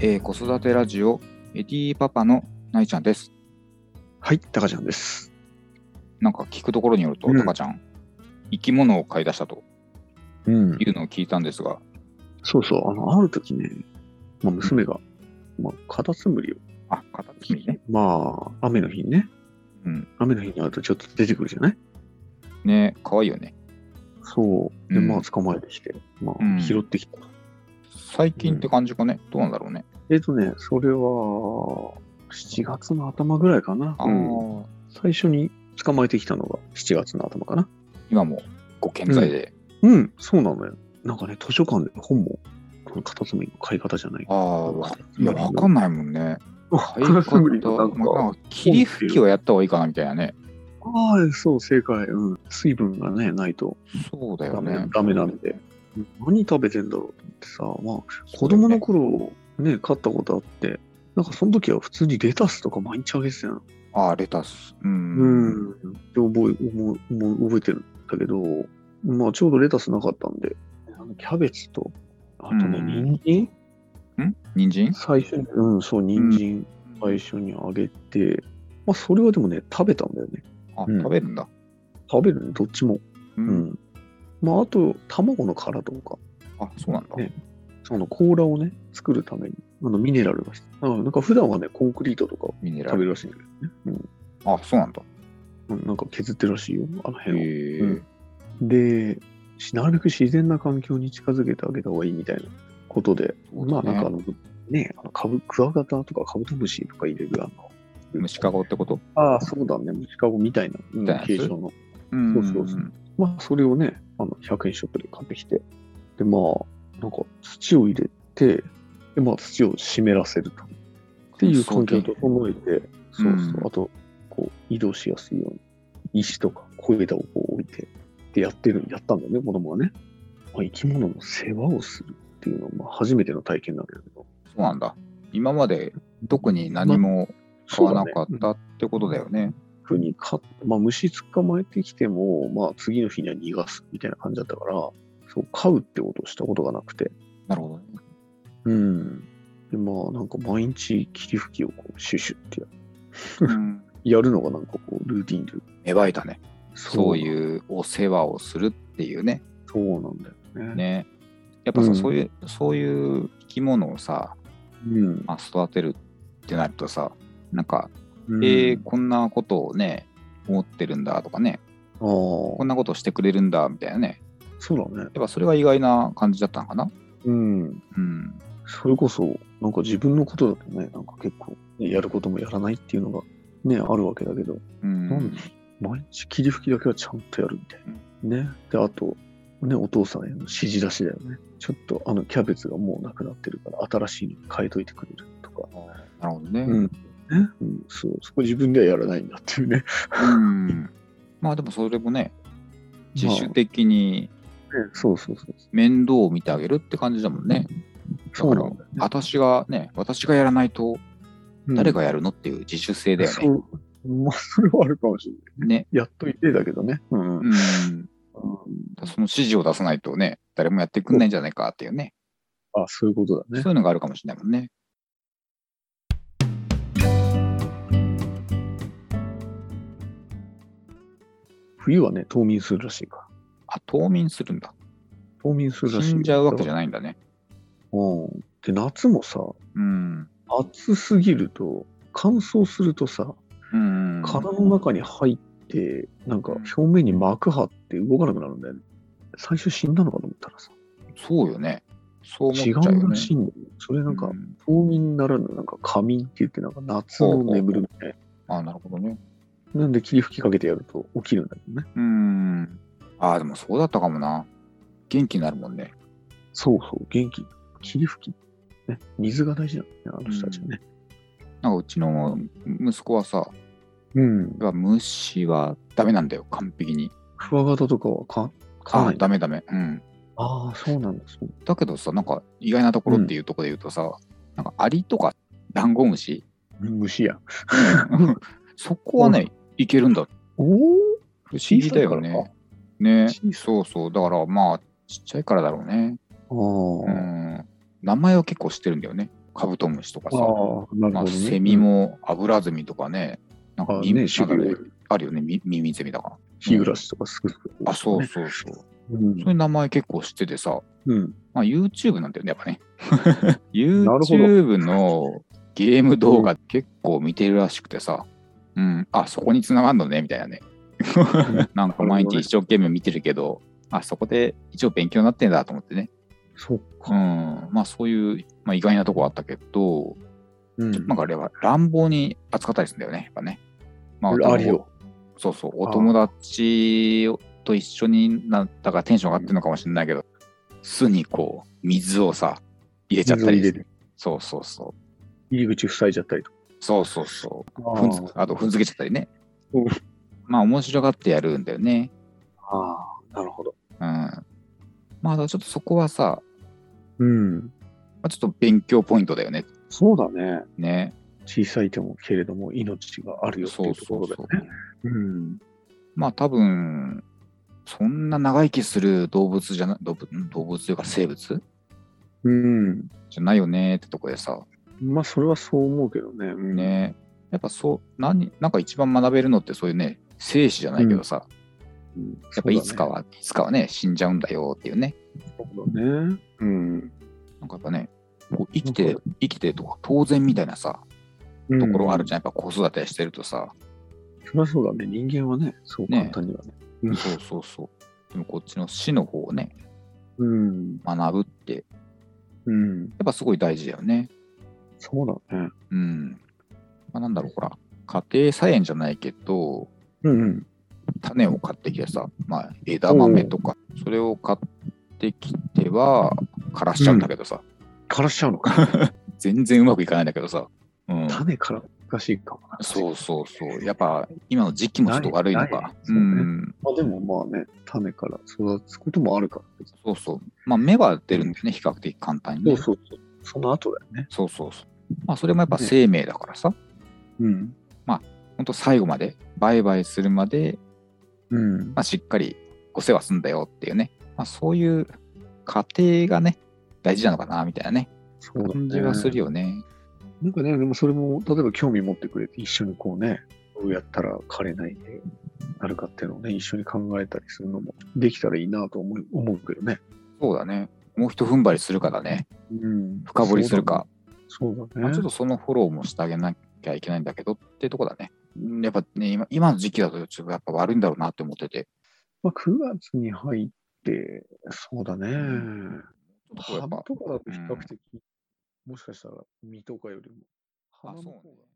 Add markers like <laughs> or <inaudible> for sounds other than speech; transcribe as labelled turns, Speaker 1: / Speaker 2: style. Speaker 1: えー子育てラジオエディパパのないちゃんです。
Speaker 2: はい、タカちゃんです。
Speaker 1: なんか聞くところによると、
Speaker 2: うん
Speaker 1: タカちゃん、生き物を飼い出したと
Speaker 2: うん
Speaker 1: い。うのを聞いたんですが、
Speaker 2: そうそう、あの、ある時ね、まあ、娘が、まあ、カタツムリを、
Speaker 1: あ、カタツムリね。
Speaker 2: まあ、雨の日にね、
Speaker 1: うん。
Speaker 2: 雨の日になるとちょっと出てくるじゃない
Speaker 1: ね可愛いよね。
Speaker 2: そう。で、
Speaker 1: うん
Speaker 2: まあ、捕まえてきて、ま
Speaker 1: うん
Speaker 2: あ、拾ってきた。
Speaker 1: 最近って感じかね。どうなんだろうね。
Speaker 2: えっとね、それは、7月の頭ぐらいかな。
Speaker 1: ああ、
Speaker 2: うん最初に捕まえてきたのが7月の頭かな。
Speaker 1: 今もご健在で。
Speaker 2: うん、そうなのよ。なんかね、図書館で本も、このカタツムリの買い方じゃない。
Speaker 1: ああ、わいや、わかんないもんね。飼い
Speaker 2: カタツムリのなん
Speaker 1: 方、
Speaker 2: か、
Speaker 1: まあなんか霧吹きをやった方がいいかなみたいなね。
Speaker 2: ああ、そう、正解。うん。水分がね、ないと
Speaker 1: そうだよ
Speaker 2: ダメ,、
Speaker 1: ね。
Speaker 2: ダメなんで。何食べてんだろうと思ってさ、まあ、子供の頃、ね、飼ったことあって、なんかその時は普通にレタスとか毎日あげてたの。
Speaker 1: ああ、レタス。う。
Speaker 2: うんん。で覚え、思う思う覚えてるんだけど、まあ、ちょうどレタスなかったんで、あのキャベツと、あとね、
Speaker 1: うん
Speaker 2: 人参
Speaker 1: ん人参
Speaker 2: 最初に、うん、そう、人参最初にあげて、まあ、それはでもね、食べたんだよね。
Speaker 1: あ、
Speaker 2: うん
Speaker 1: 食べるんだ。
Speaker 2: 食べるね、どっちも。
Speaker 1: う
Speaker 2: う。ん。まあ、あと、卵の殻とか、
Speaker 1: あ、そうなんだ。
Speaker 2: ねその甲羅をね、作るために、あのミネラルが必要。うんなんか普段はね、コンクリートとかを
Speaker 1: ミネラ
Speaker 2: 食べ
Speaker 1: ル。
Speaker 2: るらしいんだけどね。
Speaker 1: あ、そうなんだ。
Speaker 2: うん。うんなんか削ってるらしいよ、あの
Speaker 1: へ
Speaker 2: 辺を。
Speaker 1: え。
Speaker 2: うんで、しなるべく自然な環境に近づけてあげた方がいいみたいなことで、
Speaker 1: そう
Speaker 2: ま
Speaker 1: だね
Speaker 2: あなんかあの、ね、あのカブクワガタとかカブトムシとか入れるあの、
Speaker 1: 虫かごってこと
Speaker 2: ああ、そうだね、虫かごみたいな、うん
Speaker 1: みたいなやつ
Speaker 2: 形状の。
Speaker 1: う
Speaker 2: そうそうそう。まあ、それをね、あの100円ショップで買ってきて、で、まあ、なんか土を入れて、で、まあ、土を湿らせると。っていう環境を整えて、そううんそう、あと、こう、移動しやすいように、石とか小枝をこう置いて、で、やってる、やったんだよね、子供はね。まあ、生き物の世話をするっていうのは、まあ、初めての体験なんだけど。
Speaker 1: そうなんだ。今まで特に何も買わなか
Speaker 2: そう
Speaker 1: っ
Speaker 2: だね。
Speaker 1: たってことだよね。
Speaker 2: 特にか、まあ、虫捕まえてきても、まあ、次の日には逃がすみたいな感じだったから、そう、飼うってことをしたことがなくて、
Speaker 1: なるほどね。
Speaker 2: うん。で、まあ、なんか毎日霧吹きをこうシュシュってや
Speaker 1: うん
Speaker 2: やるのがなんかこう、ルーティンで。
Speaker 1: 芽生えたね。そう
Speaker 2: う。
Speaker 1: いうお世話をするっていうね。
Speaker 2: そうなんだよね。
Speaker 1: ね。やっぱさ、
Speaker 2: うん
Speaker 1: そういう、そういう生き物をさ、
Speaker 2: うん。
Speaker 1: まあ、育てるってなるとさ、なんか、
Speaker 2: うん
Speaker 1: えー、こんなことをね、思ってるんだとかね、
Speaker 2: あ
Speaker 1: こんなことしてくれるんだみたいなね。
Speaker 2: あ、そうだね。
Speaker 1: やっぱそれが意外な感じだったのかな。
Speaker 2: うん。
Speaker 1: うん。
Speaker 2: それこそ、なんか自分のことだとね、なんか結構、ねやることもやらないっていうのが、ね、あるわけだけど、
Speaker 1: うん。
Speaker 2: なんで毎日霧吹きだけはちゃんとやるみたいな。ね。で、あと、ね、お父さんへの指示出しだよね。ちょっとあのキャベツがもうなくなってるから、新しいの変えといてくれるとか。
Speaker 1: あーなるほどね。
Speaker 2: うんね、うん、そう、そこ自分ではやらないんだって
Speaker 1: <laughs>
Speaker 2: いうね。
Speaker 1: うんまあでもそれもね、自主的に
Speaker 2: そうそうそう。
Speaker 1: 面倒を見てあげるって感じだもんね。
Speaker 2: そうなんだよね、
Speaker 1: 私がね、私がやらないと誰
Speaker 2: が
Speaker 1: がやるのっていう自主性だよ
Speaker 2: そ
Speaker 1: ね。
Speaker 2: う、まあ、それはあるかもしれない。
Speaker 1: ね。
Speaker 2: やっといてだけどね。うん。
Speaker 1: うん。その指示を出さないとね、誰もやってくんないんじゃないかっていうね。
Speaker 2: あ、そういうことだね
Speaker 1: そ。ういうのがあるかもしれないもんね。
Speaker 2: 冬はね、冬眠するらしいから。
Speaker 1: あ、冬眠するんだ。
Speaker 2: 冬眠するらしい。
Speaker 1: 死んじゃうわけじゃな
Speaker 2: ない。
Speaker 1: いんだね。
Speaker 2: うん。で、夏もさ、
Speaker 1: うん。
Speaker 2: 暑すぎると、乾燥するとさ、
Speaker 1: うん。
Speaker 2: 殻の中に入って、なんか表面に膜張って動かなくなるんだよね。最初死んだのかと思ったらさ、
Speaker 1: そうよね。そう思っち
Speaker 2: 違
Speaker 1: ゃうよ
Speaker 2: うら
Speaker 1: ね。
Speaker 2: しいんだよね。それなんか
Speaker 1: う、ん
Speaker 2: 冬眠ならぬ、なんか仮眠って言って、なんか夏の眠るみたい
Speaker 1: あ、なるほどね。
Speaker 2: な。なんで霧吹きかけてやると起きるんだけどね。
Speaker 1: うん。ああ、でもそうだったかもな。元気になるもんね。
Speaker 2: そうそう、元気。霧吹き。ね、水が大事なんだね、あの人たちはね。
Speaker 1: なんかうちの息子はさ、
Speaker 2: うん。
Speaker 1: やっぱ虫はダメなんだよ、完璧に。
Speaker 2: クワガタとかはか飼わ
Speaker 1: あ
Speaker 2: ない。
Speaker 1: ダメダメ。うん。
Speaker 2: ああ、そうなんだ。そう
Speaker 1: だけどさ、なんか意外なところっていうところで言うとさ、なんかアリとかダンゴムシ、
Speaker 2: 虫や。
Speaker 1: そこはね、いけるんだ。
Speaker 2: おお
Speaker 1: 不思議だよ
Speaker 2: 小さいか
Speaker 1: ね。ね
Speaker 2: 小さい、
Speaker 1: そうそう。だからまあ、ちっちゃいからだろうね。
Speaker 2: ああ、
Speaker 1: うん。名前は結構知ってるんだよね。カブトムシとか
Speaker 2: あ
Speaker 1: さ、
Speaker 2: あ、なる
Speaker 1: ま
Speaker 2: ほ
Speaker 1: あ、
Speaker 2: どね。
Speaker 1: セミもアブラゼミとかね、なん
Speaker 2: う
Speaker 1: か
Speaker 2: ん、ああ
Speaker 1: 耳
Speaker 2: ね、
Speaker 1: な
Speaker 2: 種
Speaker 1: んかね
Speaker 2: 類多い
Speaker 1: あるよね、み耳ゼミだか
Speaker 2: ヒグラシとかすぐ、
Speaker 1: ら。あ、そうそうそう。
Speaker 2: うん
Speaker 1: そういう名前結構知っててさ、
Speaker 2: うん。
Speaker 1: まあ、YouTube なんだよね、やっぱね。
Speaker 2: ほど
Speaker 1: YouTube のゲーム動画結構見てるらしくてさ、うん、あ、そこに繋がるのね、みたいなね。なんか毎日一生懸命見てるけど、あ、そこで一応勉強になってんだと思ってね。
Speaker 2: そう
Speaker 1: う
Speaker 2: か。
Speaker 1: ん、まあそういう、まあ、意外なとこあったけど、
Speaker 2: うん
Speaker 1: なんかあれは乱暴に扱ったりするんだよね、やっぱね。まお友
Speaker 2: あるよ。
Speaker 1: そうそう、お友達と一緒になったからテンション上がってるのかもしれないけど、巣にこう、水をさ、入れちゃったり
Speaker 2: 水
Speaker 1: し
Speaker 2: を入れ
Speaker 1: て。そうそうそ
Speaker 2: 入り口塞いじゃったりとか。
Speaker 1: う。そうそうそう。
Speaker 2: あ
Speaker 1: ふんづあと、踏んづけちゃったりね
Speaker 2: うん。
Speaker 1: まあ、面白がってやるんだよね。
Speaker 2: あー、なるほど。
Speaker 1: うん。まあ、あとちょっとそこはさ、
Speaker 2: うん。
Speaker 1: まあ、ちょっと勉強ポイントだよね。
Speaker 2: そうだね。
Speaker 1: ね。
Speaker 2: 小さい手もけれども命があるよって
Speaker 1: そ
Speaker 2: いううとこ
Speaker 1: そ
Speaker 2: ろ
Speaker 1: う
Speaker 2: だよ
Speaker 1: そう
Speaker 2: ね。。うん。
Speaker 1: まあ、多分、そんな長生きする動物じゃな、動物ん動物というか生物
Speaker 2: うん。
Speaker 1: じゃないよねってとこでさ、
Speaker 2: まあ、それはそう思うけどね。うん、
Speaker 1: ねやっぱそう何なんか一番学べるのってそういうね生死じゃないけどさ、
Speaker 2: うん。
Speaker 1: やっぱいつかは、いつかはね死んじゃうんだよっていうね
Speaker 2: そうだね。うん。
Speaker 1: なんかやっぱねこう生き
Speaker 2: な
Speaker 1: て
Speaker 2: ん
Speaker 1: 生きてとか当然みたいなさ
Speaker 2: と
Speaker 1: ところがあるじゃん、やっぱ子育てしてるとさ、
Speaker 2: そりゃそうだね。人間はね、そう
Speaker 1: ね
Speaker 2: 簡単にはね。うん
Speaker 1: そうそうそうでもこっちの死の方をね
Speaker 2: うん。
Speaker 1: 学ぶってや
Speaker 2: うん。
Speaker 1: っぱすごい大事だよね
Speaker 2: そうだね。
Speaker 1: うん、まあ、なんだろうほら家庭菜園じゃないけど
Speaker 2: うんうん。
Speaker 1: 種を買ってきてさ、まあ、枝豆とか、それを買ってきては、枯らしちゃうんだけどさ、
Speaker 2: 枯らしちゃうのか。
Speaker 1: 全然うまくいかないんだけどさ、うん、
Speaker 2: 種から難しいかもな。
Speaker 1: そうそうそう、やっぱ今の時期もちょっと悪いの
Speaker 2: ないな
Speaker 1: か
Speaker 2: い、
Speaker 1: う
Speaker 2: そうね
Speaker 1: ん、
Speaker 2: まあでもまあね、種から育つこともあるから。
Speaker 1: そうそう、まあ、芽は出るんだよね、比較的簡単にね、
Speaker 2: そうそう。その後だよね。
Speaker 1: そうそうそう、まあ、それもやっぱ生命だからさ、
Speaker 2: うん。
Speaker 1: 本当、最後まで、売買するまで、
Speaker 2: うん。
Speaker 1: まあ、しっかりお世話すんだよっていうね、まあ、そういう過程がね、大事なのかなみたいなね、
Speaker 2: そうだね
Speaker 1: 感じがするよね。
Speaker 2: なんかね、でもそれも、例えば興味持ってくれて、一緒にこうね、どうやったら枯れないでなるかっていうのをね、一緒に考えたりするのもできたらいいなと思う思うけどね。
Speaker 1: そうだね。もう一踏ん張りするかだね。
Speaker 2: うん。
Speaker 1: 深掘りするか。
Speaker 2: そうだね。そう
Speaker 1: ま
Speaker 2: だ
Speaker 1: あ
Speaker 2: ね。
Speaker 1: ちょっとそのフォローもしてあげなきゃいけないんだけどってとこだね。うんやっぱね、今今の時期だとちょっとやっぱ悪いんだろうなって思ってて、
Speaker 2: まあ、9月に入って、そうだね。
Speaker 1: ちょっとやっ
Speaker 2: 葉
Speaker 1: ぱ
Speaker 2: とかだと比較的、もしかしたら実とかよりも、
Speaker 1: あ
Speaker 2: 花の方
Speaker 1: そうね
Speaker 2: が